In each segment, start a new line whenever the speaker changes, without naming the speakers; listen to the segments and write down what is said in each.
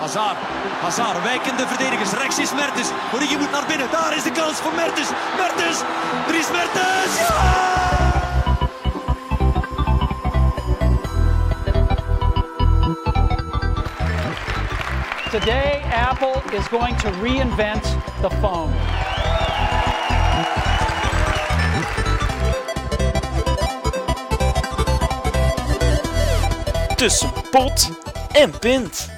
Hazard. Hazard, wijkende verdedigers. Rechts is Mertens. Origi moet naar binnen. Daar is de kans voor Mertens. Mertens. Er is Mertens. Ja!
Today, Apple is going to reinvent the phone.
tussen pot en pint.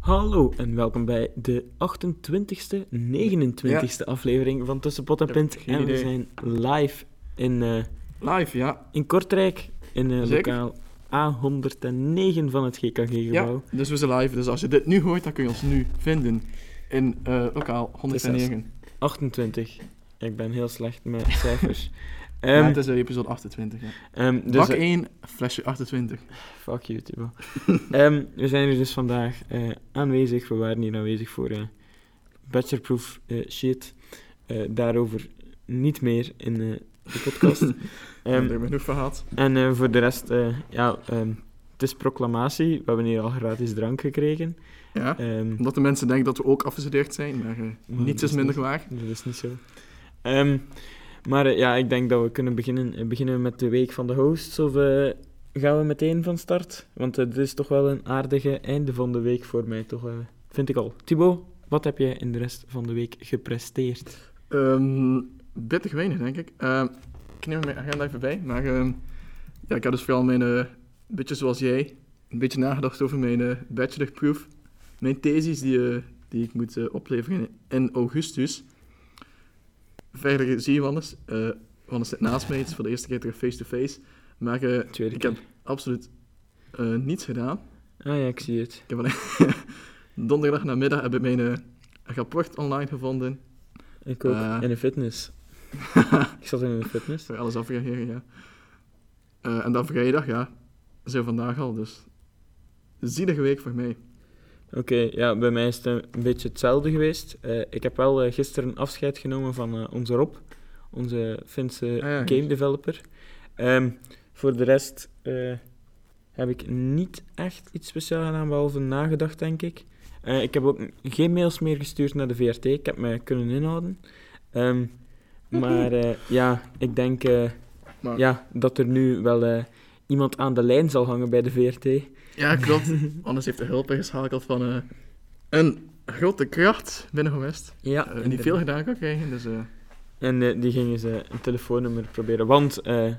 Hallo en welkom bij de 28e, 29e aflevering van Tussen Pot en Pint.
geen
En we
idee.
zijn live in, eh,
Live, ja.
in Kortrijk, in eh,
Zeker.
lokaal A109 van het
ja.
GKG-gebouw.
Dus we zijn live. Dus als je dit nu hoort, dan kun je ons nu vinden. In eh, lokaal
Het
109.
28. Ik ben heel slecht met cijfers.
Ja,
Ehm
het is eh, episode 28. Ja.
ehm, dus,
Bak
eh,
1, flesje 28.
Fuck you, Tibo. Ehm, we zijn hier dus vandaag eh, aanwezig. We waren hier aanwezig voor eh bachelorproof eh, shit. Eh, daarover niet meer in eh, de podcast. Ehm,
ik ben genoeg verhaald.
en eh, voor de rest, eh, ja, ehm, het is proclamatie. We hebben hier al gratis drank gekregen.
Ja.
Ehm,
Omdat de mensen denken dat we ook afgestudeerd zijn, maar eh, niets
dat is
is minder waar.
dat is niet zo. Ehm, maar eh, ja, ik denk dat we kunnen beginnen. Eh, beginnen we met de week van de hosts of eh, gaan we meteen van start? Want eh, dit is toch wel een aardige einde van de week voor mij, toch? eh, vind ik al. Thibaut, wat heb jij in de rest van de week gepresteerd?
Ehm bittig weinig, denk ik. Ehm, ik neem mijn agenda even bij, maar ehm, ja, ik heb dus vooral mijn, eh, beetje zoals jij, een beetje nagedacht over mijn eh, bachelorproof. Mijn thesis die, eh, die ik moet eh, opleveren in augustus. Verder zie je Wannes. Eh Wannes zit naast mij, het is voor de eerste keer terug face-to-face. Maar eh,
Tweede
ik
keer.
heb absoluut eh, niets gedaan.
Ah ja, ik zie het.
Ik heb alleen donderdag namiddag heb ik mijn eh, rapport online gevonden.
Ik ook.
Eh.
In de fitness. ik zat in een fitness.
Voor alles afreageren, ja. Eh, en dan vrijdag, ja. Zijn we vandaag al, dus... Zielige week voor mij.
Oké, ja, bij mij is het een beetje hetzelfde geweest. Eh, ik heb wel eh, gisteren afscheid genomen van eh, onze Rob, onze Finse
Ah, ja.
game developer. Ehm, voor de rest eh, heb ik niet echt iets speciaals gedaan, behalve nagedacht, denk ik. Eh, ik heb ook geen mails meer gestuurd naar de VRT, ik heb me kunnen inhouden. Ehm, maar eh, ja, ik denk eh,
Maar-
ja, dat er nu wel eh, iemand aan de lijn zal hangen bij de VRT.
Ja, klopt. Anders heeft de hulp ingeschakeld van eh, een grote kracht binnen Gewest.
Ja,
Eh, die veel gedaan kan krijgen, dus... eh,
En eh, die gingen ze een telefoonnummer proberen. Want eh,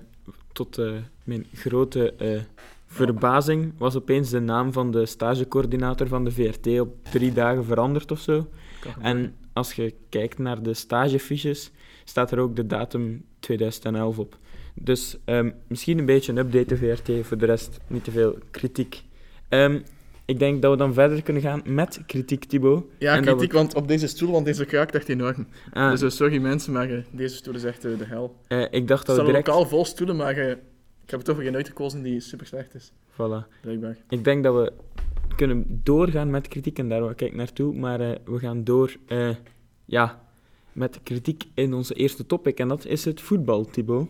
tot eh, mijn grote eh, verbazing was opeens de naam van de stagecoördinator van de VRT op drie dagen veranderd of zo.
kan gebeuren.
En als je kijkt naar de stagefiches, staat er ook de datum 2011 op. Dus ehm, misschien een beetje een update VRT, voor de rest niet te veel kritiek. Ehm, ik denk dat we dan verder kunnen gaan met kritiek, Thibaut.
Ja,
en dat
kritiek want op deze stoel, want deze kraakt echt enorm.
Ah,
Dus eh, sorry mensen, maar eh, deze stoel is echt eh, de hel.
eh, ik dacht dat
Er
we
staan
direct...
lokaal vol stoelen, maar eh, ik heb er toch weer een uitgekozen die super slecht is.
Voilà.
Blijkbaar.
Ik denk dat we kunnen doorgaan met kritiek en daar wel kijk ik naartoe. Maar eh, we gaan door eh, ja, met kritiek in onze eerste topic. En dat is het voetbal, Thibaut.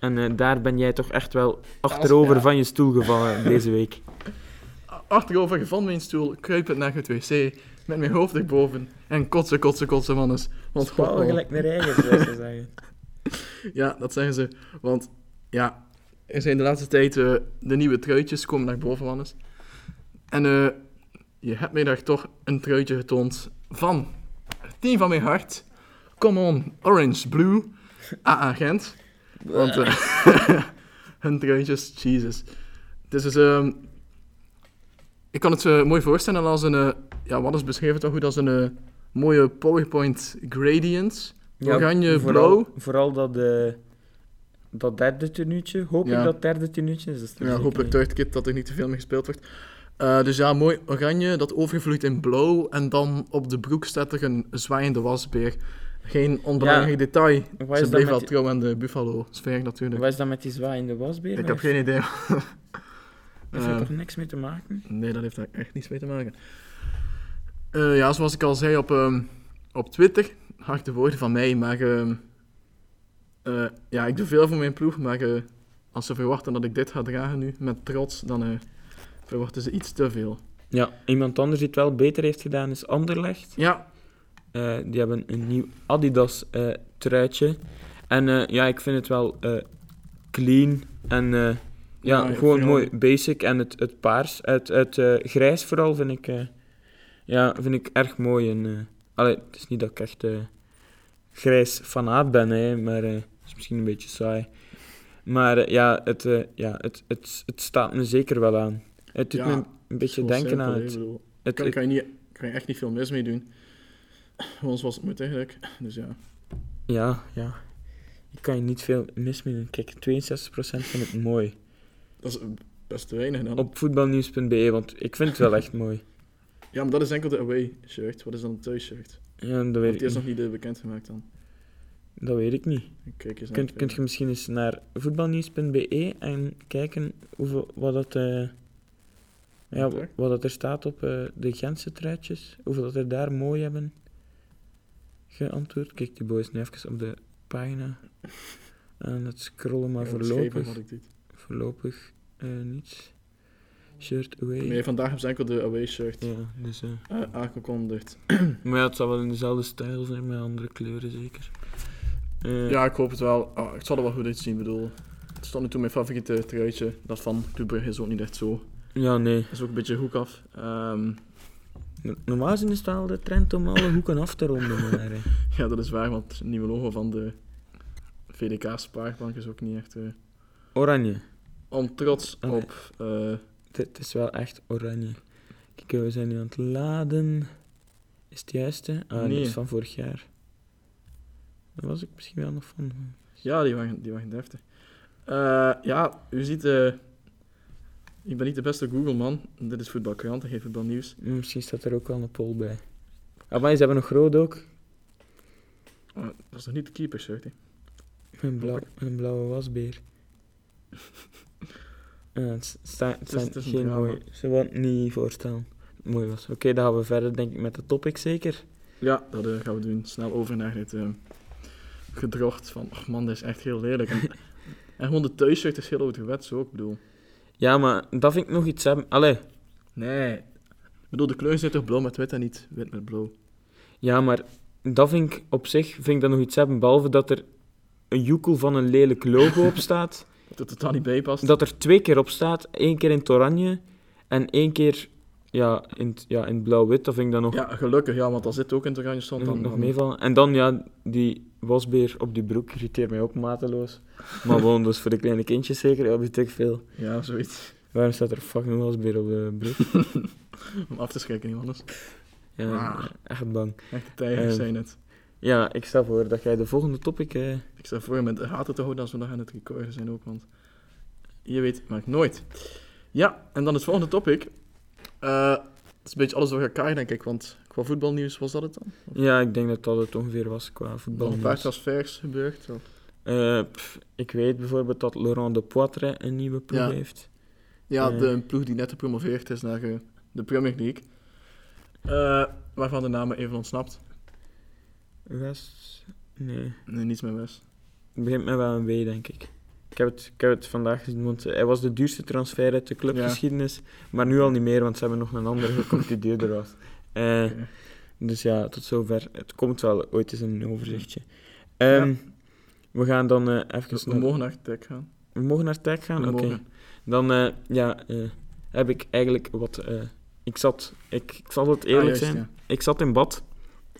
En eh, daar ben jij toch echt wel achterover
ja.
van je stoel gevallen deze week.
achterover van mijn stoel, kruipend naar het wc, met mijn hoofd erboven en kotsen, kotsen, kotsen, mannes. Want wow.
naar eigen, zou ik zeggen.
Ja, dat zeggen ze. Want ja, er zijn de laatste tijd eh, de nieuwe truitjes komen naar boven, mannes. En eh, je hebt mij daar toch een truitje getoond van het team van mijn hart. Come on, Orange Blue, AA Gent. Want eh, hun truitjes, Jesus. Dus is, ehm, ik kan het eh, mooi voorstellen als een, eh, ja, wat is beschreven toch goed als een eh, mooie PowerPoint gradient. Oranje, blauw.
Vooral, vooral dat, eh, dat derde tenuutje. Hoop
Ja.
ik dat derde tenuutje is. dat is er
Ja,
zeker
hoop ik
niet.
Third dat er niet te veel meer gespeeld wordt. Eh, dus ja, mooi oranje, dat overvloeit in blauw. En dan op de broek staat er een zwaaiende wasbeer. Geen onbelangrijk
Ja.
detail.
Wat
Ze
is, dat
bleef wel
met,
trouw aan de Buffalo-sfeer natuurlijk.
wat is dat met die zwaaiende wasbeer?
ik heb geen idee.
Dat heeft er
Eh,
toch niks mee te maken?
Nee, dat heeft daar echt niets mee te maken. Eh, ja, zoals ik al zei op, ehm, op Twitter, harde woorden van mij, maar ehm, eh, ja, ik doe veel voor mijn ploeg, maar eh, als ze verwachten dat ik dit ga dragen nu met trots, dan eh, verwachten ze iets te veel.
Ja, iemand anders die het wel beter heeft gedaan is Anderlecht.
Ja,
Eh, die hebben een nieuw Adidas eh, truitje. En eh, ja, ik vind het wel eh, clean en eh, ja,
Ja, ik
gewoon
vind
mooi basic. En het, het paars, het, het eh, grijs vooral, vind ik, eh, ja, vind ik erg mooi. En, eh, allee, het is niet dat ik echt eh, grijs fanaat ben, hè, maar eh, het is misschien een beetje saai. Maar eh, ja, het, eh, ja het, het, het staat me zeker wel aan. Het doet
Ja,
me een- een beetje
Zo
denken
simpel,
aan
hè,
het...
ik bedoel,
het,
kan,
het-
kan, je niet, kan je echt niet veel mis mee doen. Voor ons was het moet eigenlijk. Dus ja.
Ja, ja. Ik kan je niet veel mis mee doen. Kijk, 62% vind ik mooi.
Dat is eh, best te weinig dan.
Op voetbalnieuws.be, want ik vind het wel echt mooi.
Ja, maar dat is enkel de away shirt. Wat is dan een thuis shirt?
Ja, dat
Want
weet
die
ik
is nog
niet.
niet eh, bekendgemaakt dan.
Dat weet ik niet.
Ik Kijk eens
Kunt, kunt je misschien eens naar voetbalnieuws.be E en kijken hoeveel, wat, dat, eh, ja,
Wat er?
wat dat er staat op eh, de Gentse truitjes. Hoeveel dat er daar mooi hebben geantwoord. Kijk, die boy is nu even op de pagina. En het scrollen maar voorlopig.
Wat ik doe.
Voorlopig eh, niets. Shirt away.
Nee, vandaag hebben ze enkel de away shirt eh
Ja, dus... eh,
aangekondigd.
Maar ja, het zal wel in dezelfde stijl zijn, met andere kleuren zeker. Eh,
Ja, ik hoop het wel. Ah, het zal er wel goed uitzien, ik bedoel. Het stond nu toen mijn favoriete truitje. Dat van Club Brugge is ook niet echt zo.
ja, nee.
Is ook een beetje hoek af. Ehm,
No- Normaal is het wel de trend om alle hoeken af te ronden, maar... eh,
ja, dat is waar, want het nieuwe logo van de VDK Spaarbank is ook niet echt... eh,
Oranje.
om trots
Oké.
op. eh,
Het- Het is wel echt oranje. Kijk, we zijn nu aan het laden. Is het juiste? Ah, nee.
Nee.
dat is van vorig jaar. Daar was ik misschien wel nog van.
ja, die waren, die waren deftig. Eh, ja, u ziet... eh, ik ben niet de beste Google-man. Dit is voetbalkrant, dat geeft voetbalnieuws.
Maar Misschien staat er ook wel een pol bij. Ah, maar ze hebben nog rood ook.
Maar dat is nog niet de keeper shirt, hè.
Een, blauw, een blauwe wasbeer. Ja, het, s- sta, het
is-
zijn
Dus het is een
geen
drama.
mooie... Ze wou het niet voorstellen. Mooi was. Oké, dan gaan we verder denk ik met de topic zeker.
Ja, dat eh, gaan we doen. Snel over naar dit eh gedrocht van... Och man, dit is echt heel lelijk. En, en gewoon de thuisshirt is heel ouderwets ook, ik bedoel.
Ja, maar dat vind ik nog iets hebben. Allee.
Nee. Ik bedoel, de kleuren zijn toch blauw met wit en niet wit met blauw.
Ja, maar dat vind ik op zich vind ik dat nog iets hebben. Behalve dat er een joekel van een lelijk logo op staat.
Dat er totaal niet bij past.
dat er twee keer op staat. Eén keer in het oranje en één keer ja, in, het- ja, in het blauw-wit. Dat vind ik dan nog
Ja, gelukkig, ja, want dat zit ook in het oranje stond.
nog,
Dan,
nog
dan-
meevallen. En dan, ja, die wasbeer op die broek irriteert mij ook mateloos. Maar gewoon, dus voor de kleine kindjes zeker, ja, weet ik veel.
Ja, zoiets.
Waarom staat er fucking wasbeer op de broek?
Om af te schrikken, iemand anders.
Ja,
Ah.
echt bang.
Echte tijgers
Eh,
zijn het.
Ja, ik stel voor dat jij de volgende topic... eh,
Ik stel voor met de gaten te houden als we nog aan het recorden zijn ook, want je weet maar nooit. Ja, en dan het volgende topic. Eh, het is een beetje alles door elkaar, denk ik, want qua voetbalnieuws was dat het dan?
Ja, ik denk dat dat het ongeveer was qua
Nog
voetbal.
een paar transfers gebeurd. of-
Eh, pff, ik weet bijvoorbeeld dat Laurent de Poitre een nieuwe ploeg
Ja.
heeft.
Ja,
Eh.
de een ploeg die net gepromoveerd is naar eh, de Premier League. Eh, waarvan de naam me even ontsnapt.
West... Nee.
Nee, niets meer was.
Het begint met wel een W, denk ik. Ik heb, het, ik heb het vandaag gezien, want eh, hij was de duurste transfer uit de clubgeschiedenis. Maar nu al niet meer, want ze hebben nog een andere gekocht die duurder was. Eh,
Oké.
Dus ja, tot zover. Het komt wel ooit eens in een overzichtje. Ehm, We gaan dan eh, even...
Dus we
naar-
mogen naar Tech gaan.
we mogen naar Tech gaan?
We
Oké.
mogen.
Dan eh, ja, eh, heb ik eigenlijk wat... eh, ik zat... Ik, ik zal het eerlijk
Ah, juist,
zijn. Ik zat in bad.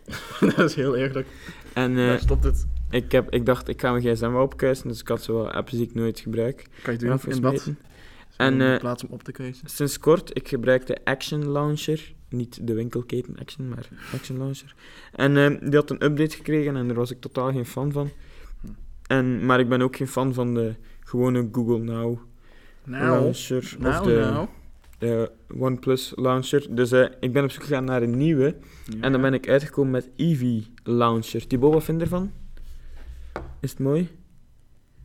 ja. dat is heel eerlijk.
En eh,
Daar stopt het.
ik, heb, ik dacht, ik ga mijn gsm wel opkuisen. Dus ik had zo wel apps die ik nooit gebruik.
Kan je doen in bad.
afgesmeten. En,
Zo'n
eh,
plaats om op te kruisen.
Sinds kort, ik gebruik de Action Launcher. Niet de winkelketen Action, maar Action Launcher. En eh, die had een update gekregen en daar was ik totaal geen fan van. En, maar ik ben ook geen fan van de gewone Google Now
Nou,
Launcher of
nou,
de
nou.
eh, OnePlus Launcher. Dus eh, ik ben op zoek gegaan naar een nieuwe. En dan ben ik uitgekomen met Eevee Launcher. Thibaut, wat vind je ervan? Is het mooi?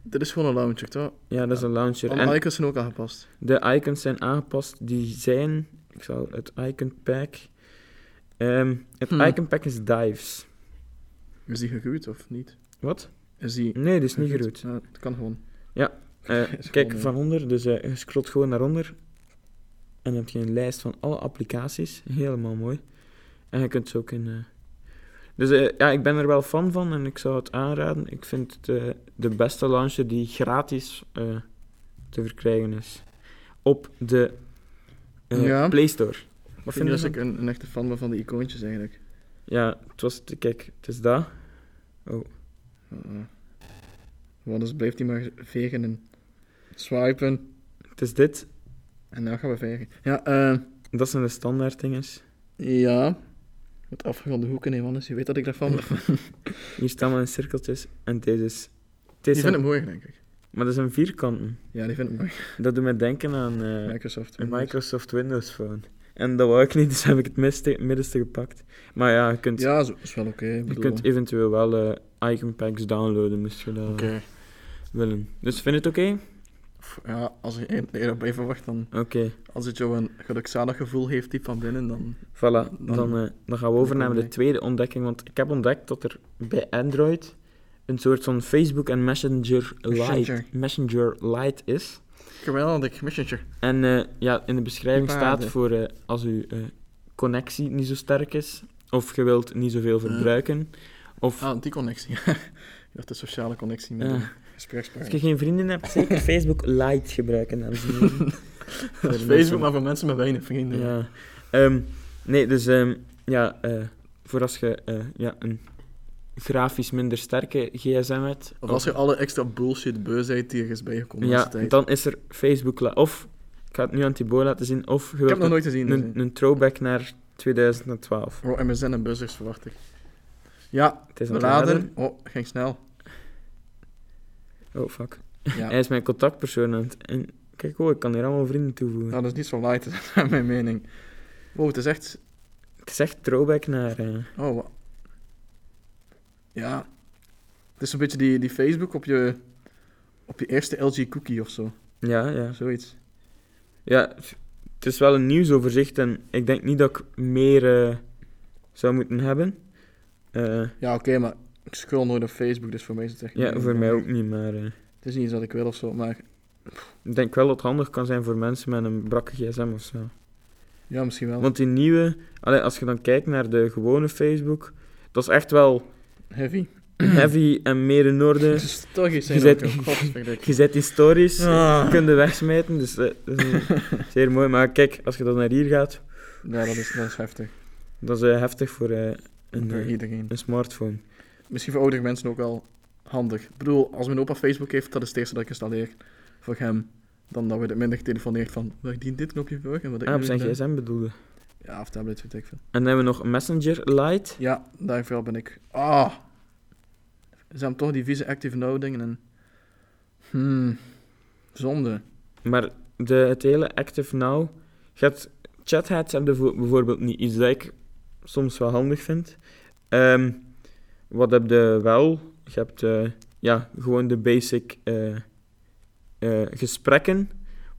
Dit is gewoon een launcher, toch?
Ja, dat is een launcher.
Alle icons zijn ook aangepast.
De icons zijn aangepast. Die zijn. Ik zal het icon pack. Ehm, het
Hmm.
icon pack is dives.
Is die gegroeid of niet?
Wat?
Is die...
Nee, dat is niet geroet.
Ja, het kan gewoon.
Eh,
Is gewoon,
kijk
eh,
van onder, dus eh, je scrolt gewoon naar onder. En En dan heb je een lijst van alle applicaties. Helemaal mooi. En je kunt ze ook in. eh, Dus eh, ja, ik ben er wel fan van en ik zou het aanraden. Ik vind het eh, de beste launcher die gratis eh, te verkrijgen is. Op de eh,
Ja.
Play Store.
Wat
Wat vind
vind je
je
dat ik een, een echte fan ben van die icoontjes eigenlijk?
Ja, het was. Kijk, het is dat.
Uh-uh. Want dus blijft hij maar vegen en swipen.
Het is dit.
En dan gaan we vegen. Ja, eh,
Dat zijn de standaard dinges.
ja. Met afgeronde hoeken, nee, Wannes. Je weet dat ik daarvan ben.
Hier staan we in cirkeltjes. En deze is. Het
Die
is
vindt
een-
hem mooi, denk ik.
Maar dat zijn vierkanten.
Ja, die vindt hem mooi.
Dat doet me denken aan eh,
Microsoft.
een Microsoft Windows Phone. En dat wou ik niet, dus heb ik het middenste, middenste gepakt. Maar ja, je kunt,
Ja, zo, is wel oké. ik
je
bedoel.
kunt eventueel wel eh, icon packs downloaden, moest je dat
Oké.
willen. Dus vind je het oké?
Pff, Ja, als je één keer op even wacht, dan...
Oké,
Als het jou een gelukzalig gevoel heeft, diep van binnen, dan...
voilà.
Dan-
Dan, eh, dan gaan we over naar de
ontdekking.
tweede ontdekking. Want ik heb ontdekt dat er bij Android een soort van Facebook en Messenger
Messenger.
Lite, Messenger Lite is.
Geweldig, messenger.
En eh, ja, in de beschrijving
Die
staat
paarden.
voor eh, als uw eh, connectie niet zo sterk is, of je wilt niet zoveel verbruiken, of
Eh. Ah, die connectie. Ja, dat de sociale connectie met
Ja.
een
als je
gesprekspartner.
geen vrienden hebt, zeker Facebook Lite gebruiken. dames en heren. Voor
Dat is
de mensen-
Eh, Facebook, maar voor mensen met weinig vrienden.
Ja. Ehm, nee, dus ehm, ja, eh, voor als je eh, ja, een grafisch minder sterke gsm hebt,
Of als je alle extra bullshit beu bent die er is bijgekomen de
ja,
laatste tijd.
dan is er Facebook Lite. Of, ik ga het nu aan Thibaut laten zien, of je
Ik
wilt
heb nog
een,
nooit gezien. dus,
een, een throwback naar 2012.
eh. Oh, MSN en buzzers verwacht ik. Ja,
Het is aan het
laden. Oh, ging snel.
laden. Oh, fuck.
Ja.
Hij is mijn contactpersoon aan het- En kijk, oh, ik kan hier allemaal vrienden toevoegen.
Nou, dat is niet zo light, dat is naar mijn mening. Wow, het is echt...
Het is echt throwback naar... eh,
Oh, wa- Ja. Het is een beetje die, die Facebook op je... Op je eerste LG cookie of zo.
Ja, ja.
Zoiets.
Ja, f- het is wel een nieuwsoverzicht en ik denk niet dat ik meer eh, zou moeten hebben. Eh,
Ja, oké, maar ik scroll nooit op Facebook, dus voor mij is het echt... niet
ja, voor mij
belangrijk.
ook niet, maar... eh,
Het is niet iets wat ik wil of zo, maar...
ik denk wel dat het handig kan zijn voor mensen met een brakke gsm of zo.
Ja, misschien wel.
Want die nieuwe... Allee, als je dan kijkt naar de gewone Facebook, dat is echt wel
Heavy.
heavy en meer in orde.
Het is toch iets
je
zijn
zet-
ook, joh. Godverdikke.
Je zet die stories,
Ah.
kunnen wegsmijten, dus eh, dat is een- zeer mooi. Maar kijk, als je dan naar hier gaat,
Ja, dat is, dat is heftig.
Dat is eh, heftig voor eh, een,
Voor
eh,
iedereen.
een smartphone.
Misschien voor oudere mensen ook wel handig. Ik bedoel, als mijn opa Facebook heeft, dat is het eerste dat ik installeer voor hem. Dan dat we het minder getelefoneerd van, waar dient dit knopje voor? En wat heb
Ah,
ik
op
nu
zijn
gedaan?
gsm bedoelde.
Ja, of tablet, weet ik veel.
En dan hebben we nog Messenger Lite.
Ja, daarvoor ben ik... Ah! Ze hebben toch die vieze active now dingen en... Hmm. Zonde.
Maar de, het hele Active Now... Je hebt chatheads hebben voor- bijvoorbeeld niet. Iets dat ik soms wel handig vind. Ehm, wat heb je wel? Je hebt eh, ja, gewoon de basic eh, eh, gesprekken.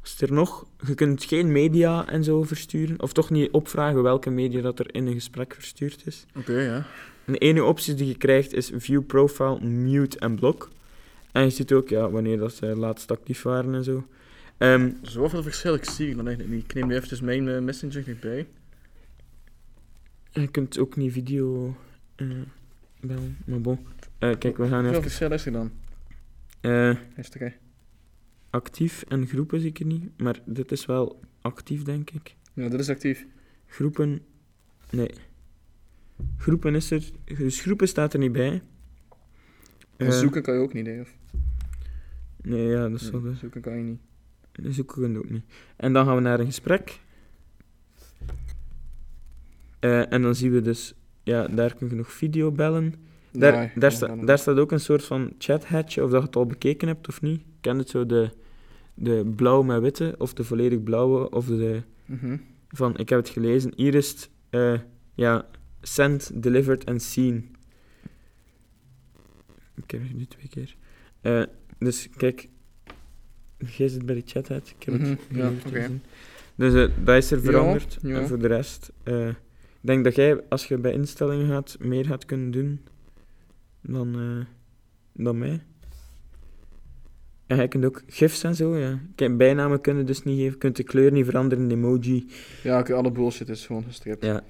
Wat is er nog? Je kunt geen media en zo versturen. Of toch niet opvragen welke media dat er in een gesprek verstuurd is.
Oké, ja.
En de ene optie die je krijgt is View Profile, Mute en Block. En je ziet ook ja, wanneer dat ze laatst actief waren en zo. Ehm,
Zoveel verschil, ik zie het dan echt niet. Ik neem nu eventjes mijn eh, messenger niet bij.
je kunt ook niet video eh, bellen, maar bon. Eh, kijk, we gaan
Hoeveel
even...
verschil is er dan?
eh,
Is er, eh,
actief en groepen zie ik er niet, maar dit is wel actief, denk ik.
Ja, dit is actief.
Groepen... Nee. Groepen is er... Dus groepen staat er niet bij.
En
Eh,
zoeken kan je ook niet, hè? Of...
Nee, ja, dat is wel... dus.
Nee,
de-
zoeken kan je niet.
Zoeken kunnen we ook niet. En dan gaan we naar een gesprek. Eh, en dan zien we dus, ja, daar kun je nog video bellen. Daar,
Nee,
daar,
ja,
sta-
dan nog.
daar staat ook een soort van chathatje, of dat je het al bekeken hebt of niet. Ik ken het zo, de, de blauw met witte, of de volledig blauwe, of de
Mhm.
van, ik heb het gelezen, hier is het, eh, ja, sent, delivered en seen. Ik heb het nu twee keer. Eh, dus kijk, jij zit bij de chat uit. Ik heb het
Mhm, ja,
gelezen.
oké.
Dus eh, dat is er
Ja,
veranderd.
ja.
En voor de rest, eh, ik denk dat jij, als je bij instellingen gaat, meer gaat kunnen doen dan, eh, dan mij. En je kunt ook gifs en zo, ja. Kijk, bijnamen kunnen dus niet geven. Je kunt de kleur niet veranderen, de emoji.
Ja, oké, alle bullshit is gewoon gestript.
Ja.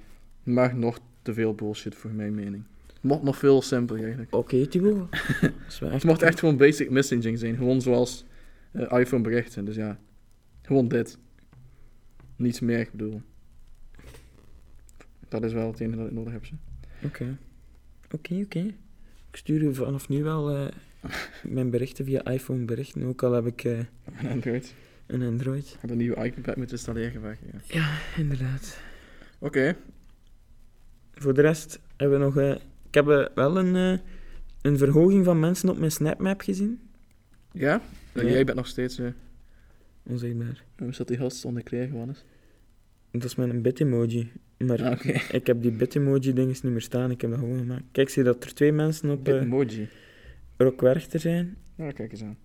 Maar nog te veel bullshit voor mijn mening. Het mocht nog veel simpeler eigenlijk.
Oké, Tibo. Dat is wel
Het
echt...
mocht echt gewoon basic messaging zijn. Gewoon zoals eh, iPhone berichten. Dus ja, gewoon dit. Niets meer, ik bedoel. Dat is wel het enige dat ik nodig heb. Zo.
Oké. Oké, oké. Ik stuur u vanaf nu wel eh, mijn berichten via iPhone berichten, ook al heb ik eh,
En Android. Ik
een Android.
heb een nieuwe iPad moeten installeren. maar ja.
Inderdaad.
Oké,
Voor de rest hebben we nog... eh, ik heb eh, wel een, eh, een verhoging van mensen op mijn SnapMap gezien.
ja?
Ja.
Jij bent nog steeds... eh
Oh, Onzichtbaar.
hoe is dat die gast zonder kleren, Wannes?
Dat is mijn bit-emoji. Maar
Ah, oké.
ik heb die bit-emoji-dinges niet meer staan, ik heb dat gewoon gemaakt. Kijk, zie je dat er twee mensen op eh
Bitmoji.
Rock Werchter zijn.
Ja, kijk eens aan.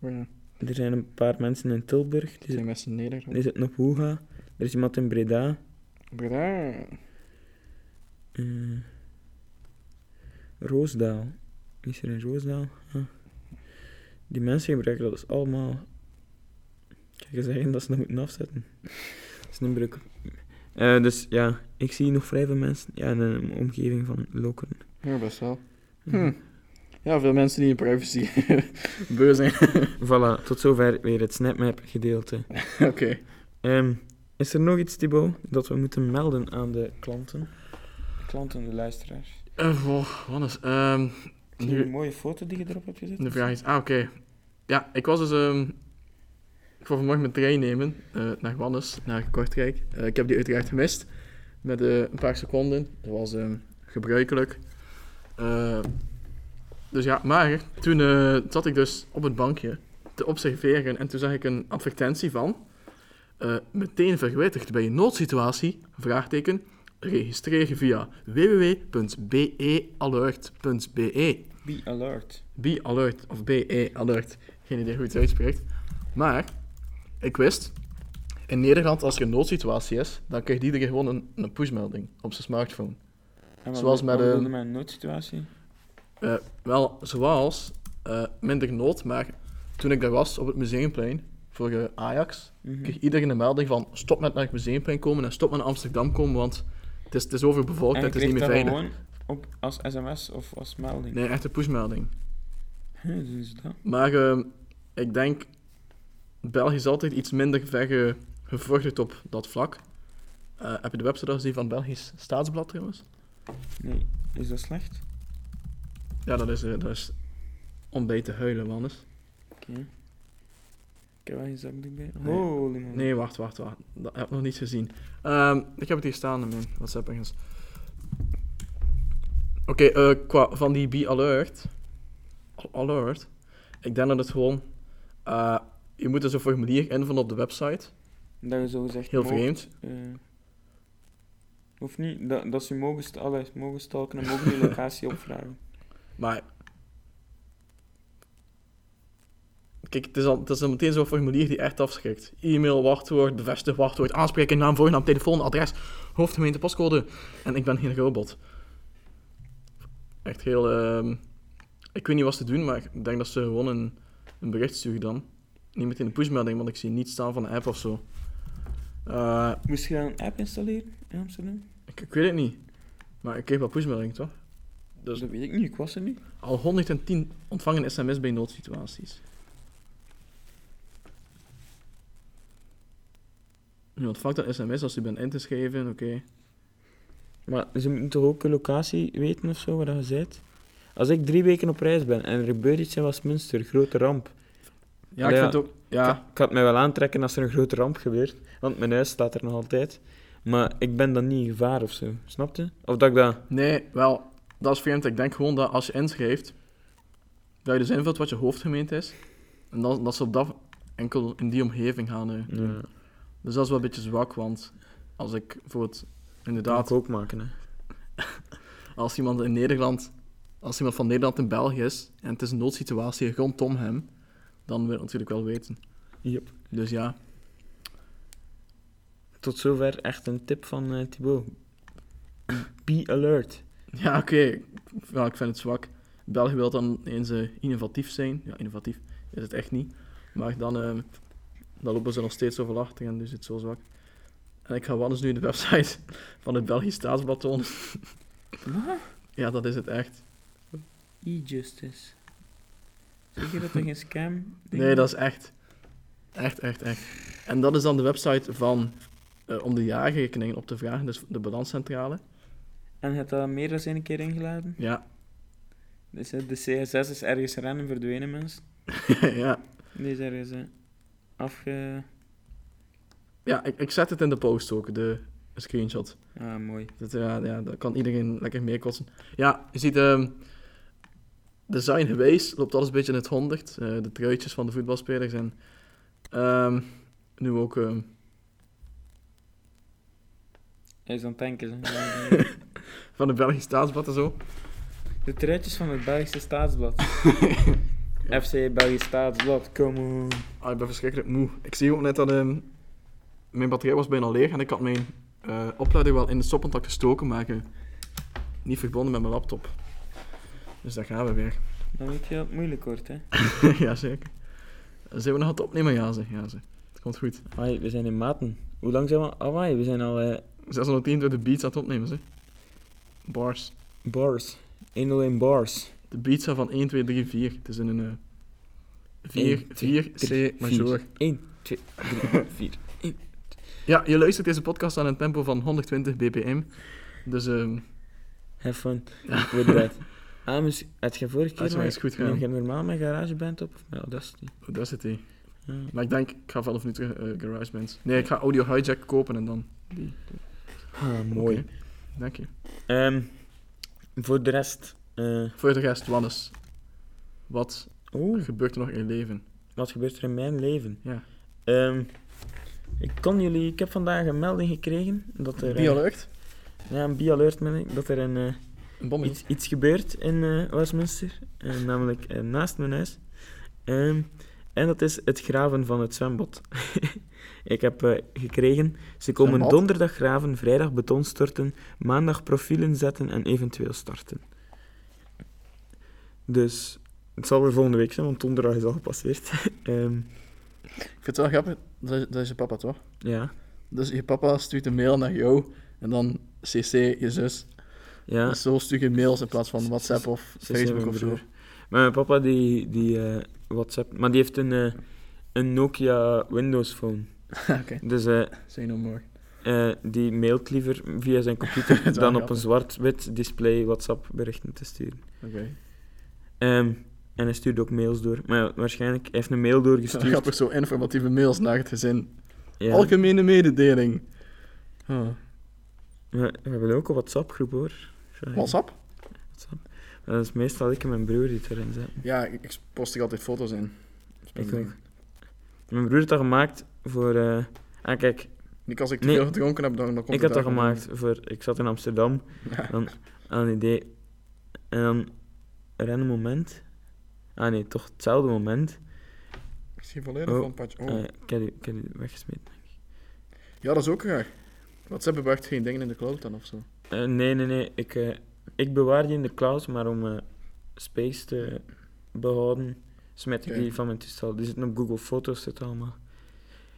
Oh ja,
Er zijn een paar mensen in Tilburg.
het
Er
zijn mensen neder.
er zit nog Hoega. Er is iemand in Breda.
Breda.
Eh, Roosdaal. Is er in Roosdaal? Huh. Die mensen gebruiken dat dus allemaal. Kijk eens zeggen dat ze dat moeten afzetten. Dat is een breuk. Eh, dus ja, ik zie nog vrij veel mensen ja, in een omgeving van Lokeren.
Ja, best wel. Hm. Ja, veel mensen die in privacy beu zijn.
Voilà, tot zover weer het SnapMap gedeelte.
Oké.
Ehm, is er nog iets, Thibaut, dat we moeten melden aan de klanten? De klanten, de luisteraars.
Eh, voor Wannes. ehm,
Zie je
nu,
een mooie foto die je erop hebt gezet?
de vraag is... Ah, oké. Ja, ik was dus... ehm, ik wou vanmorgen mijn trein nemen eh, naar Wannes, naar Kortrijk. Eh, ik heb die uiteraard gemist. Met eh, een paar seconden. Dat was ehm, gebruikelijk. Eh, dus ja, maar toen eh, zat ik dus op het bankje te observeren. En toen zag ik een advertentie van... eh, meteen verwittigd bij een noodsituatie, vraagteken, registreer je via www.bealert.be.
Be alert.
Be alert of BE alert. Geen idee hoe je het uitspreekt. Maar ik wist, in Nederland als er een noodsituatie is, dan krijgt iedereen gewoon een, een pushmelding op zijn smartphone.
En wat
Zoals
be-
met,
wat
eh,
bedoelde met een noodsituatie?
Eh, wel, zoals eh, minder nood, maar toen ik daar was op het museumplein voor eh, Ajax, kreeg iedereen een melding van stop met naar het museumplein komen en stop met naar Amsterdam komen, want het is, het is overbevolkt en,
En ik
het is niet
kreeg
meer
dat
veilig.
gewoon op, als sms of als melding.
Nee, echt een pushmelding.
Huh, doen ze dat?
Maar ehm, ik denk, België is altijd iets minder ver ge- gevorderd op dat vlak. Eh, heb je de website al gezien van het Belgisch Staatsblad trouwens?
Nee. Is dat slecht?
Ja, dat is, eh, dat is om bij te huilen, Wannes.
Oké. Ik heb wel geen zakdoek bij.
Nee.
Holy man.
Nee, wacht, wacht, wacht. Dat heb ik nog niet gezien. Ehm, ik heb het hier staan in mijn WhatsApp ergens. Oké, eh, qua van die Be Alert. Al- Alert. Ik denk dat het gewoon... eh, je moet dus een formulier invullen op de website.
Dat je zo gezegd
Heel
mogen-
vreemd.
eh, of niet? Dat, dat ze je mogen, st- allee, mogen stalken en mogen je locatie opvragen.
Maar. Kijk, het is, al, het is al meteen zo'n formulier die echt afschrikt. E-mail, wachtwoord, bevestig wachtwoord, aanspreken, naam, voornaam, telefoon, adres, hoofdgemeente, postcode. En ik ben geen robot. Echt heel. ehm, ik weet niet wat ze doen, maar ik denk dat ze gewoon een, een bericht sturen dan. Niet meteen een pushmelding, want ik zie niet staan van een app of zo. Eh,
Moest je dan een app installeren in Amsterdam?
ik, ik weet het niet. Maar ik kreeg wel pushmelding, toch? Dus-
Dat weet ik niet, ik was er niet.
Al 110 ontvangen sms bij noodsituaties. Je ontvangt een sms als je bent in te schrijven, oké.
Maar ze moeten toch ook je locatie weten of zo, waar dat je bent? Als ik drie weken op reis ben en er gebeurt iets in Westminster, grote ramp.
Ja, ik
Ja.
vind ook...
Ik,
Ja,
ik ga het mij wel aantrekken als er een grote ramp gebeurt, want mijn huis staat er nog altijd. Maar ik ben dan niet in gevaar of zo, snap je? Of dat ik dat...
nee, wel, dat is vreemd. Ik denk gewoon dat als je inschrijft, dat je dus invult wat je hoofdgemeente is. En dat, dat ze op dat enkel in die omgeving gaan. eh.
Ja,
Dus dat is wel een beetje zwak, want als ik voor het...
dat
Inderdaad,
ik ook maken, hè.
als iemand in Nederland, als iemand van Nederland in België is en het is een noodsituatie rondom hem, dan wil ik natuurlijk wel weten.
Yep.
Dus ja,
Tot zover echt een tip van eh Thibaut. Be alert.
ja oké, ja, ik vind het zwak. België wil dan eens eh, innovatief zijn. Ja, innovatief is het echt niet. Maar dan, eh, dan lopen ze nog steeds over achter en dus het zo zwak. En ik ga wel eens nu de website van het Belgisch Staatsblad tonen. Ja, dat is het echt.
E-justice. Zeker dat er geen scam...
Nee, dat is echt. Echt, echt, echt. En dat is dan de website van eh, om de jaarrekeningen op te vragen, dus de balanscentrale.
En het dat meer dan één keer ingeladen?
Ja,
Dus eh, de CSS is ergens rennen verdwenen, mensen.
ja.
Die is ergens eh, afge...
ja ik, ik zet het in de post ook, de screenshot.
Ah, mooi.
Dat, ja, ja, dat kan iedereen lekker meer kosten. Ja, je ziet, ehm er zijn geweest, loopt alles een beetje in het honderd. Eh, de truitjes van de voetbalspelers en ehm, nu ook ehm,
Hij is aan het tanken, hè. Ja, ja.
van de Belgische staatsblad en zo.
De truitjes van het Belgische Staatsblad. FC Belgisch Staatsblad, come on.
Ah, ik ben verschrikkelijk moe. Ik zie ook net dat ehm, mijn batterij was bijna leeg en ik had mijn eh oplader wel in de stopcontact gestoken, maar eh, niet verbonden met mijn laptop. Dus daar gaan we weer.
Dan weet je dat het moeilijk wordt, hè.
Jazeker. Zijn we nog aan het opnemen? Ja, zeg. Ja, zeg. Het komt goed.
Amai, we zijn in maten. Hoe lang zijn we? Amai, we zijn al eh,
623 beats aan het opnemen, zeg. Bars.
bars. 101 bars.
De beats zijn van 1, 2, 3, 4. Het is in een... eh, 4,
1,
4, C major.
1, 2, 3, 4.
Ja, je luistert deze podcast aan een tempo van 120 bpm. Dus ehm
Have fun with that. Ah, mis- had je vorige
Dat
keer
is wel eens goed gedaan.
je normaal mijn GarageBand op? Ja, dat is niet.
daar zit hij.
Ja.
Maar ik denk, ik ga vanaf nu terug eh, GarageBand. Nee, ik ga Audio Hijack kopen en dan...
Ah, mooi.
Oké. Dank je.
Ehm, voor de rest... eh,
Voor de rest, Wannes. Wat
Oeh,
gebeurt er nog in je leven?
wat gebeurt er in mijn leven?
Ja.
Ehm, ik kon jullie... Ik heb vandaag een melding gekregen dat er... eh,
Bialert?
ja, een bi-alert, meen ik. Dat er een... eh,
Een bom.
iets, iets gebeurd in eh, Westminster, eh, namelijk eh, naast mijn huis. Ehm, en dat is het graven van het zwembad. ik heb eh, gekregen, ze komen
Zwembad?
donderdag graven, vrijdag beton storten, maandag profielen zetten en eventueel starten. Dus het zal weer volgende week zijn, want donderdag is al gepasseerd. Ehm,
Ik vind het wel grappig. Dat is, dat is je papa, toch?
ja,
Dus je papa stuurt een mail naar jou en dan cc je zus.
ja.
Dus Zo stuur je mails in plaats van WhatsApp of
Ze zijn
Facebook
mijn
of zo.
broer. Maar mijn papa die, die eh, WhatsApp, maar die heeft een, eh, een Nokia Windows Phone.
Oké.
Dus eh,
Say no more.
eh, die mailt liever via zijn
Dat
computer
is
dan
wel
op een zwart-wit display WhatsApp berichten te sturen.
Oké.
Ehm, en hij stuurt ook mails door. Maar ja, waarschijnlijk hij heeft een mail
Stuur
doorgestuurd.
grappig zo informatieve mails naar het gezin.
Ja.
Algemene mededeling. Huh.
We, we hebben ook een WhatsApp-groep hoor. Sorry.
WhatsApp?
WhatsApp. Maar Dat is meestal ik en mijn broer die het erin zijn.
Ja, ik, ik post er altijd foto's in.
Ik ook. Mijn broer had dat gemaakt voor. eh, Ah, kijk,
Niet als ik te
Nee.
veel gedronken heb, dan, dan komt
ik
het
had dat
daarvan.
gemaakt voor. Ik zat in Amsterdam
Ja.
aan een idee. En dan random moment. Ah nee, toch hetzelfde moment.
Ik zie volledig
Oh.
van Patje. Oh.
Ah, ja, ik heb die- ik heb die weggesmeten.
Ja, dat is ook graag. WhatsApp bewaart geen dingen in de cloud dan of zo.
Eh, nee, nee, nee. Ik, eh, ik bewaar die in de cloud, maar om eh, space te behouden, smet ik
Oké.
die van mijn toestel. Die zitten op Google Foto's, zit allemaal.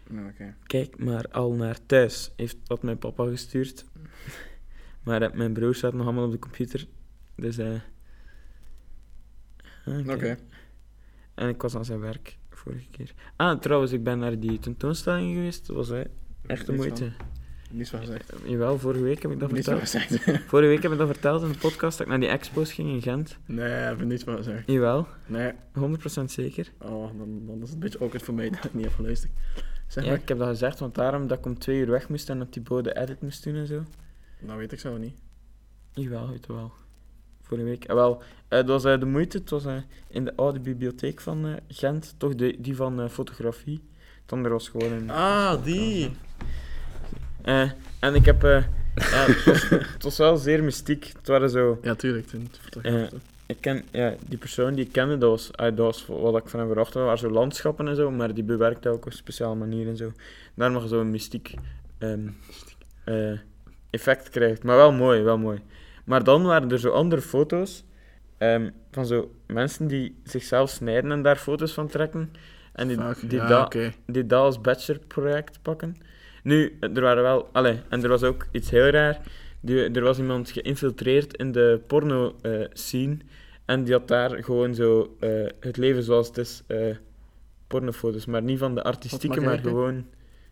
Nou, oké.
Kijk maar al naar thuis, heeft wat mijn papa gestuurd. maar eh, mijn broer staat nog allemaal op de computer, dus... eh ah,
Oké.
En ik was aan zijn werk vorige keer. Ah, trouwens, ik ben naar die tentoonstelling geweest. Dat was eh, echt de
Niks
moeite.
Niets van gezegd.
Eh, Jawel, vorige week heb ik dat
Niets van
verteld.
gezegd.
Vorige week heb ik dat verteld in de podcast dat ik naar die expos ging in Gent.
nee, ik heb er niets van gezegd.
Jawel,
Nee.
100% zeker.
Oh, dan, dan is het een beetje awkward voor mij dat ik niet heb geluisterd. Zeg
Ja,
maar,
ik heb dat gezegd, want daarom dat ik om twee uur weg moest en dat die bode edit moest doen en zo.
nou weet ik zo niet.
Jawel, weet je wel. Vorige week. Eh, wel, eh, het was eh, de moeite. Het was eh, in de oude bibliotheek van eh, Gent, toch de, die van eh, fotografie. Het andere was gewoon een...
Ah, die!
Eh, en ik heb... eh, ja, het, was, het was wel zeer mystiek. Het waren zo...
Ja, tuurlijk. Toen,
Ja. Ik ken, ja, die persoon die ik kende, dat was, ah, dat was wat ik van hem verwachtte, waren zo landschappen en zo, maar die bewerkte ook op een speciale manier en zo. Daarom mag je zo'n mystiek ehm, eh, effect krijgt. Maar wel mooi, wel mooi. Maar dan waren er zo andere foto's ehm, van zo mensen die zichzelf snijden en daar foto's van trekken. En die,
Fuck,
die,
ja,
dat,
oké.
die dat als bachelorproject pakken. Nu, er waren wel... Allee, en er was ook iets heel raar. Die, er was iemand geïnfiltreerd in de porno-scene. en die had daar gewoon zo eh, het leven zoals het is eh, pornofoto's. Maar niet van de artistieke, maar
Rijken?
gewoon...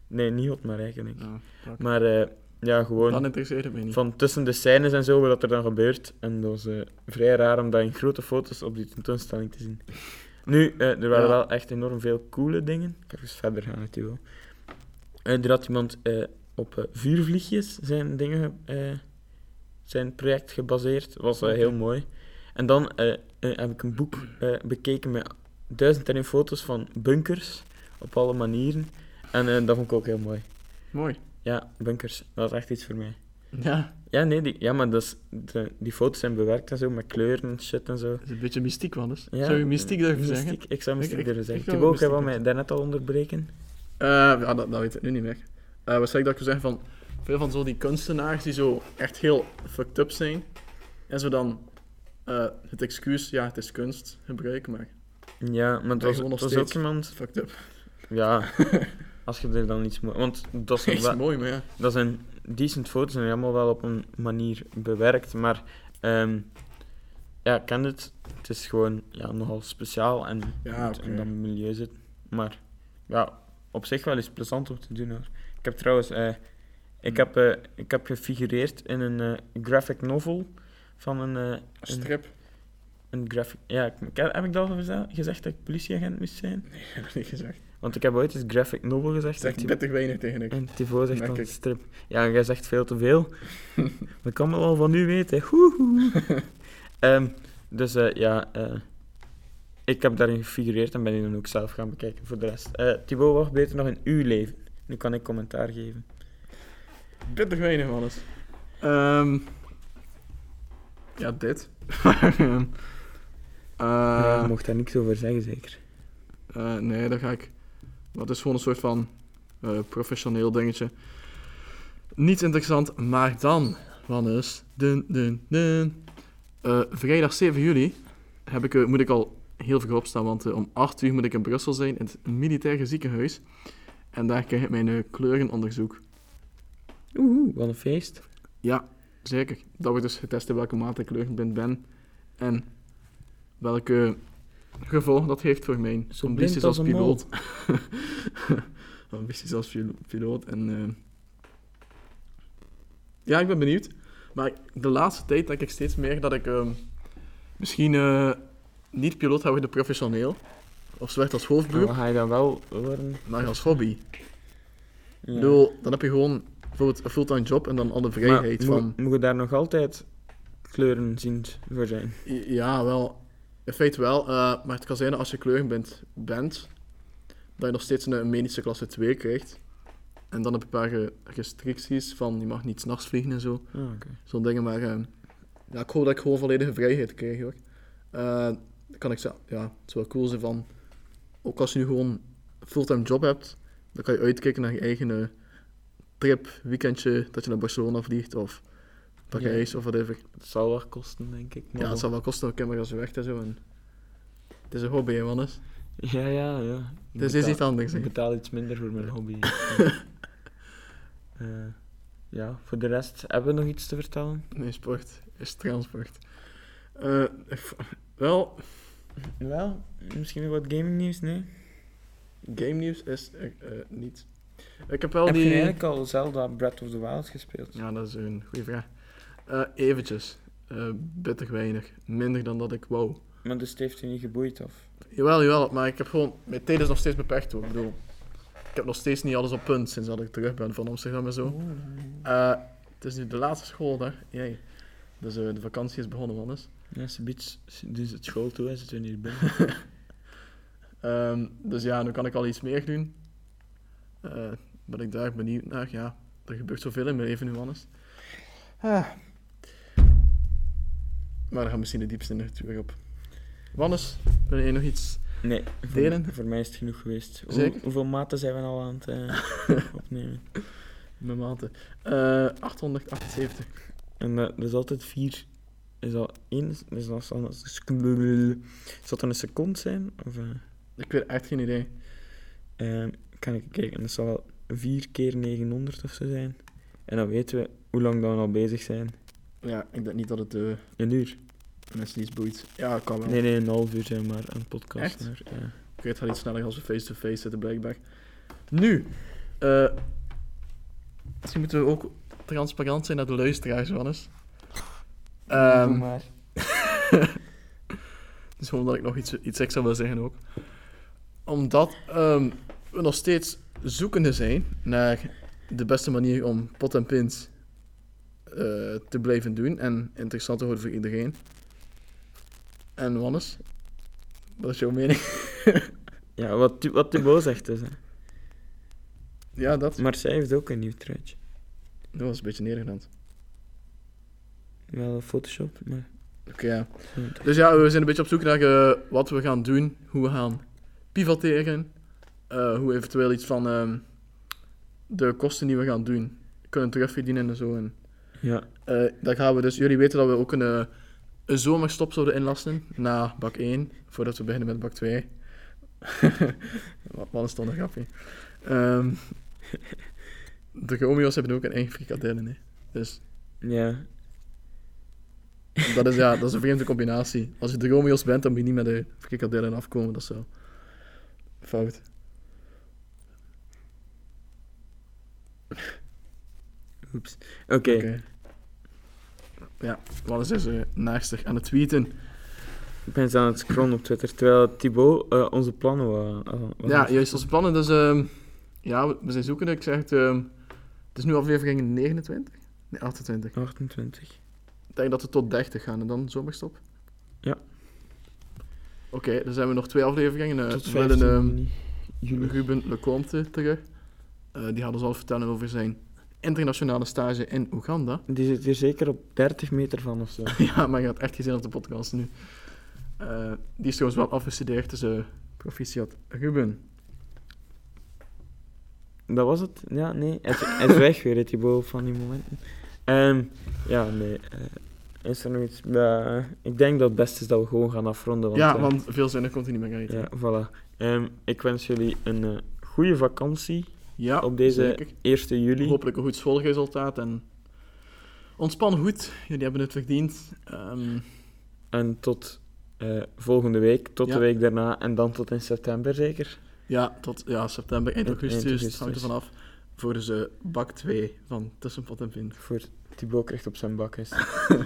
Nee, niet op maar denk ik.
Ja, fuck.
Maar eh, ja, gewoon
Nou, Dat interesseert het mij niet.
van tussen de scènes en zo, wat er dan gebeurt. En dat was eh, vrij raar om dat in grote foto's op die tentoonstelling te zien. Nu, eh, er waren
Ja.
wel echt enorm veel coole dingen. Ik ga eens verder gaan natuurlijk. Eh er had iemand eh, op eh, vuurvliegjes zijn dingen, ge- eh, zijn project gebaseerd. Was eh, heel mooi. En dan eh, eh, heb ik een boek eh, bekeken met duizend en een foto's van bunkers op alle manieren. En eh, dat vond ik ook heel mooi.
Mooi.
Ja, bunkers, dat was echt iets voor mij.
Ja,
Ja, nee, die, ja, maar dat is, de, die foto's zijn bewerkt en zo, met kleuren en shit en zo.
dat is een beetje mystiek wel eens.
Ja,
Zou je mystiek durven
mystiek,
zeggen?
Ik zou mystiek
Ik- ik-
durven
ik
zeggen.
zou
Ik ook,
mystiek
hij wou mij daarnet al onderbreken.
Eh, ja, dat, dat weet ik nu niet meer. Eh, waarschijnlijk dat ik wil zeggen van veel van zo die kunstenaars die zo echt heel fucked up zijn. En zo dan eh, het excuus, ja, het is kunst gebruiken, maar
Ja, maar het
Maar
was,
gewoon nog
het was ook
steeds.
iemand...
fucked up.
Ja, als je er dan iets moet... Want dat
Dat
zijn,
is
wel-
mooi, maar ja.
dat zijn decent foto's en allemaal wel op een manier bewerkt, maar... ehm, ja, ik ken het. Het is gewoon ja, nogal speciaal en
Ja,
moet
oké.
in dat milieu zit. Maar ja, op zich wel eens plezant om te doen hoor. Ik heb trouwens, eh, ik,
Hm.
heb, eh, ik heb gefigureerd in een eh, graphic novel van een, eh, een
Strip.
een graphic... Ja, ik, ik- heb ik dat al geza- gezegd dat ik politieagent moest zijn?
Nee, heb ik niet gezegd.
Want ik heb ooit eens graphic novel gezegd.
Het is echt
en Tivo-
pittig weinig tegen ik.
en Tivo zegt
Merk
dan
ik.
strip. Ja, jij zegt veel te veel. dat kan wel al van u weten. Hoehoe. Ehm, dus eh, ja, eh, ik heb daarin gefigureerd en ben die dan ook zelf gaan bekijken voor de rest. Eh Thibaut, wat beter nog in uw leven? Nu kan ik commentaar geven.
Pittig weinig, alles. Ehm ja, dit. Ehm, eh,
Maar je mocht daar niks over zeggen, zeker.
Eh, nee, daar ga ik. Dat is gewoon een soort van eh, professioneel dingetje. Niet interessant, maar dan, Wannes. Dun, dun, dun. Eh, vrijdag 7 juli heb ik, eh, moet ik al heel vroeg opstaan, want eh, om 8 uur moet ik in Brussel zijn, in het militaire ziekenhuis. En daar krijg ik mijn eh, kleurenonderzoek.
Oeh, wat een feest.
Ja, zeker. Dat wordt dus getest in welke mate ik kleurenblind ben. En welke gevolgen dat heeft voor mijn
Zo
ambities
blind
als
als een mol.
piloot. ambities als pilo- piloot. En, eh, Ja, ik ben benieuwd. Maar de laatste tijd denk ik steeds meer dat ik ehm, misschien eh, niet piloot ga worden professioneel. Of slecht als
Maar
hoofdberoep,
Ah, wat ga je dan wel worden?
maar als hobby.
Ja.
Ik bedoel, dan heb je gewoon bijvoorbeeld een fulltime job en dan alle
Maar
vrijheid
moet-
van...
Moet je daar nog altijd kleuren zien voor zijn?
Ja, wel. In feite wel. eh, maar het kan zijn dat als je kleurenblind bent, dat je nog steeds een, een medische klasse 2 krijgt. En dan heb je een paar eh, restricties van je mag niet s'nachts vliegen en zo.
Ah, oké.
Zo'n dingen, maar eh, ja, ik hoop dat ik gewoon volledige vrijheid krijg hoor. Eh, dan kan ik zelf, ja, het is wel cool zijn van, ook als je nu gewoon een fulltime job hebt, dan kan je uitkijken naar je eigen eh, trip, weekendje, dat je naar Barcelona vliegt of Parijs of whatever.
Het zal wel kosten, denk ik. maar
Ja, het
wel-
zal wel kosten, oké, maar als je weg en zo. En... Het is een hobby, hè, Wannes.
Ja, ja, ja. Ik
Dus is
betaal-
iets anders, hè.
Ik betaal iets minder voor mijn hobby. Eh, ja, voor de rest hebben we nog iets te vertellen?
Nee, sport is transport. Eh, f- wel,
Wel, misschien nog wat gaming nieuws, nee?
game nieuws is er eh, niet. Ik heb wel
Heb je
die...
eigenlijk al Zelda Breath of the Wild gespeeld?
Ja, dat is een goede vraag. Eh, eventjes. Eh bitter weinig. Minder dan dat ik wou.
Maar dus het heeft je niet geboeid, of?
Jawel, jawel, maar ik heb gewoon... Mijn tijd is nog steeds beperkt, hoor. Ik bedoel, ik heb nog steeds niet alles op punt sinds dat ik terug ben van Amsterdam en zo. Eh, het is nu de laatste schooldag. Jee. Dus eh, de vakantie is begonnen, Wannes.
Ja, ze biedt dus het school toe en zitten we hier binnen.
Ehm, dus ja, nu kan ik al iets meer doen. Eh, ben ik daar benieuwd naar. Ja, er gebeurt zoveel in mijn leven nu, Hannes. Ah. Maar daar gaan misschien de diepste in de natuur op. Wannes, wil je nog iets?
Nee, voor,
Delen?
voor mij is het genoeg geweest. Hoe-
Zeker?
hoeveel maten zijn we al aan het eh, opnemen?
Mijn maten. Eh, 878.
En eh, dat is altijd vier. Is dat één? Is dat, zal dat, zal dat een seconde zijn? Of, eh,
Ik weet echt geen idee.
ehm, kan ik kijken. Dat zal wel 4 keer 900 of zo zijn. En dan weten we hoe lang dat we al bezig zijn.
Ja, ik denk niet dat het eh
Een uur?
mensen iets boeit. Ja, kan wel.
Nee, nee, een half uur zijn we maar een podcast.
Echt?
Maar, ja.
Ik weet het gaat iets sneller als we face-to-face zitten, blijkbaar. Nu, eh, misschien moeten we ook transparant zijn naar de luisteraars, Wannes. Ehm, Het is Dus gewoon dat ik nog iets, iets extra wil zeggen ook. Omdat ehm, we nog steeds zoekende zijn naar de beste manier om pot en pint eh, te blijven doen en interessant te houden voor iedereen. En Wannes, wat is jouw mening?
ja, wat, Tu- wat Thibaut zegt dus. Hè.
Ja, dat.
Maar zij heeft ook een nieuw truitje.
Dat was een beetje nederigend.
Wel Photoshop, maar...
Oké, ja. Dus ja, we zijn een beetje op zoek naar eh, wat we gaan doen, hoe we gaan pivoteren, eh, hoe we eventueel iets van ehm, de kosten die we gaan doen kunnen terugverdienen en zo. En
Ja,
Eh, dan gaan we dus, jullie weten dat we ook een, eh, een zomerstop zouden inlasten na bak 1, voordat we beginnen met bak 2. wat, wat een stonde grapje. Ehm, de Romeo's hebben ook een eigen frikadellen, hè. Dus
ja.
dat is, ja, dat is een vreemde combinatie. Als je de Romeo's bent, dan moet je niet met de frikadellen afkomen, dat is zo. Fout.
Oeps. Oké.
Oké. Ja, Wannes is eh naastig aan het tweeten.
Ik ben eens aan het scrollen op Twitter, terwijl Thibaut eh, onze plannen wa- eh, was.
Ja, juist onze plannen. Dus ehm, ja, we- we zijn zoekende. Ik zeg het, ehm, het is nu aflevering 29? Nee, 28.
28.
Ik denk dat we tot 30 gaan en dan zomerstop.
Ja.
Oké, dan zijn we nog twee afleveringen. Eh,
Tot
we willen
15
ehm,
juni. juli.
Ruben Leconte terug. Eh, die gaat ons al vertellen over zijn internationale stage in Oeganda.
Die zit hier zeker op 30 meter van of zo.
ja, maar je had echt geen zin op de podcast nu. Eh, die is trouwens wel afgestudeerd, dus eh, proficiat Ruben.
Dat was het? Ja, nee. Het, het is weg weer, hè, Thibaut, van die momenten. Ehm, ja, nee. eh, is er nog iets? Eh, ik denk dat het best is dat we gewoon gaan afronden. Want,
ja,
eh,
want veel zinnen komt hij niet meer uit.
Ja, voilà. Ehm, ik wens jullie een eh, goede vakantie
Ja,
op deze
zeker.
1 juli.
Hopelijk een goed schoolresultaat en ontspan goed. Jullie hebben het verdiend. Ehm,
En tot eh, volgende week, tot
Ja.
de week daarna en dan tot in september zeker.
ja, tot ja, september, eind
Eind
augustus, het hangt
augustus.
er vanaf. Voor dus eh, bak 2 van Tussenpot en Pint.
Voor Thibaut krijgt op zijn bak is.
Ah,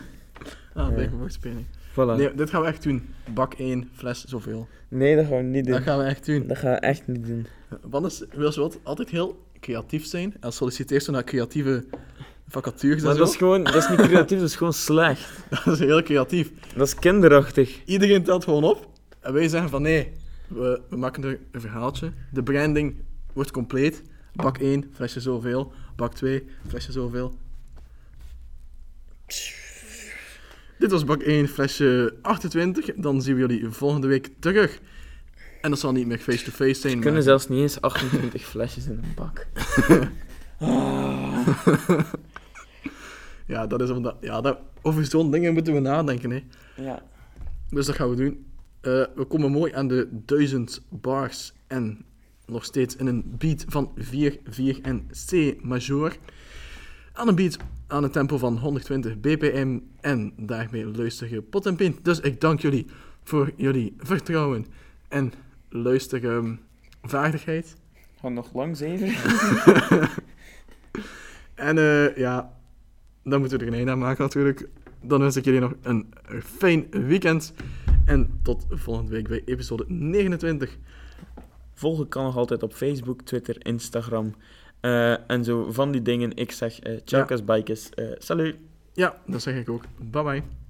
Ja.
nee. woordspeling.
Voilà. Nee.
Nee, dit gaan we echt doen. Bak 1, fles, zoveel.
dat gaan we niet doen.
Dat gaan we echt doen.
Dat gaan we echt niet doen.
Want is, wil je wat altijd heel creatief zijn en solliciteert zo naar creatieve vacatures en
Maar
zo.
dat is gewoon, dat is niet creatief, dat is gewoon slecht.
dat is heel creatief.
Dat is kinderachtig.
Iedereen telt gewoon op. En wij zeggen van nee, we, we maken er een verhaaltje. De branding wordt compleet. Bak 1, flesje zoveel. Bak 2, flesje zoveel. Dit was bak 1, flesje 28. Dan zien we jullie volgende week terug. En dat zal niet meer face-to-face zijn.
We kunnen
maar-
zelfs niet eens 28 flesjes in een bak.
Ja, dat is omdat... Ja, dat, over zo'n dingen moeten we nadenken, hè.
Ja.
Dus dat gaan we doen. Eh, we komen mooi aan de 1000 bars en nog steeds in een beat van 4, 4 en C major. Aan een beat aan een tempo van 120 bpm en daarmee luister je pot en pint. Dus ik dank jullie voor jullie vertrouwen en ehm, luistervaardigheid.
Gaan nog lang zeven?
En eh, ja, dan moeten we er een einde aan maken natuurlijk. Dan wens ik jullie nog een fijn weekend. En tot volgende week bij episode 29.
Volgen kan nog altijd op Facebook, Twitter, Instagram. eh, en zo van die dingen. Ik zeg, eh, tjaukas, bikes, eh, salut.
Ja, dat zeg ik ook. Bye bye.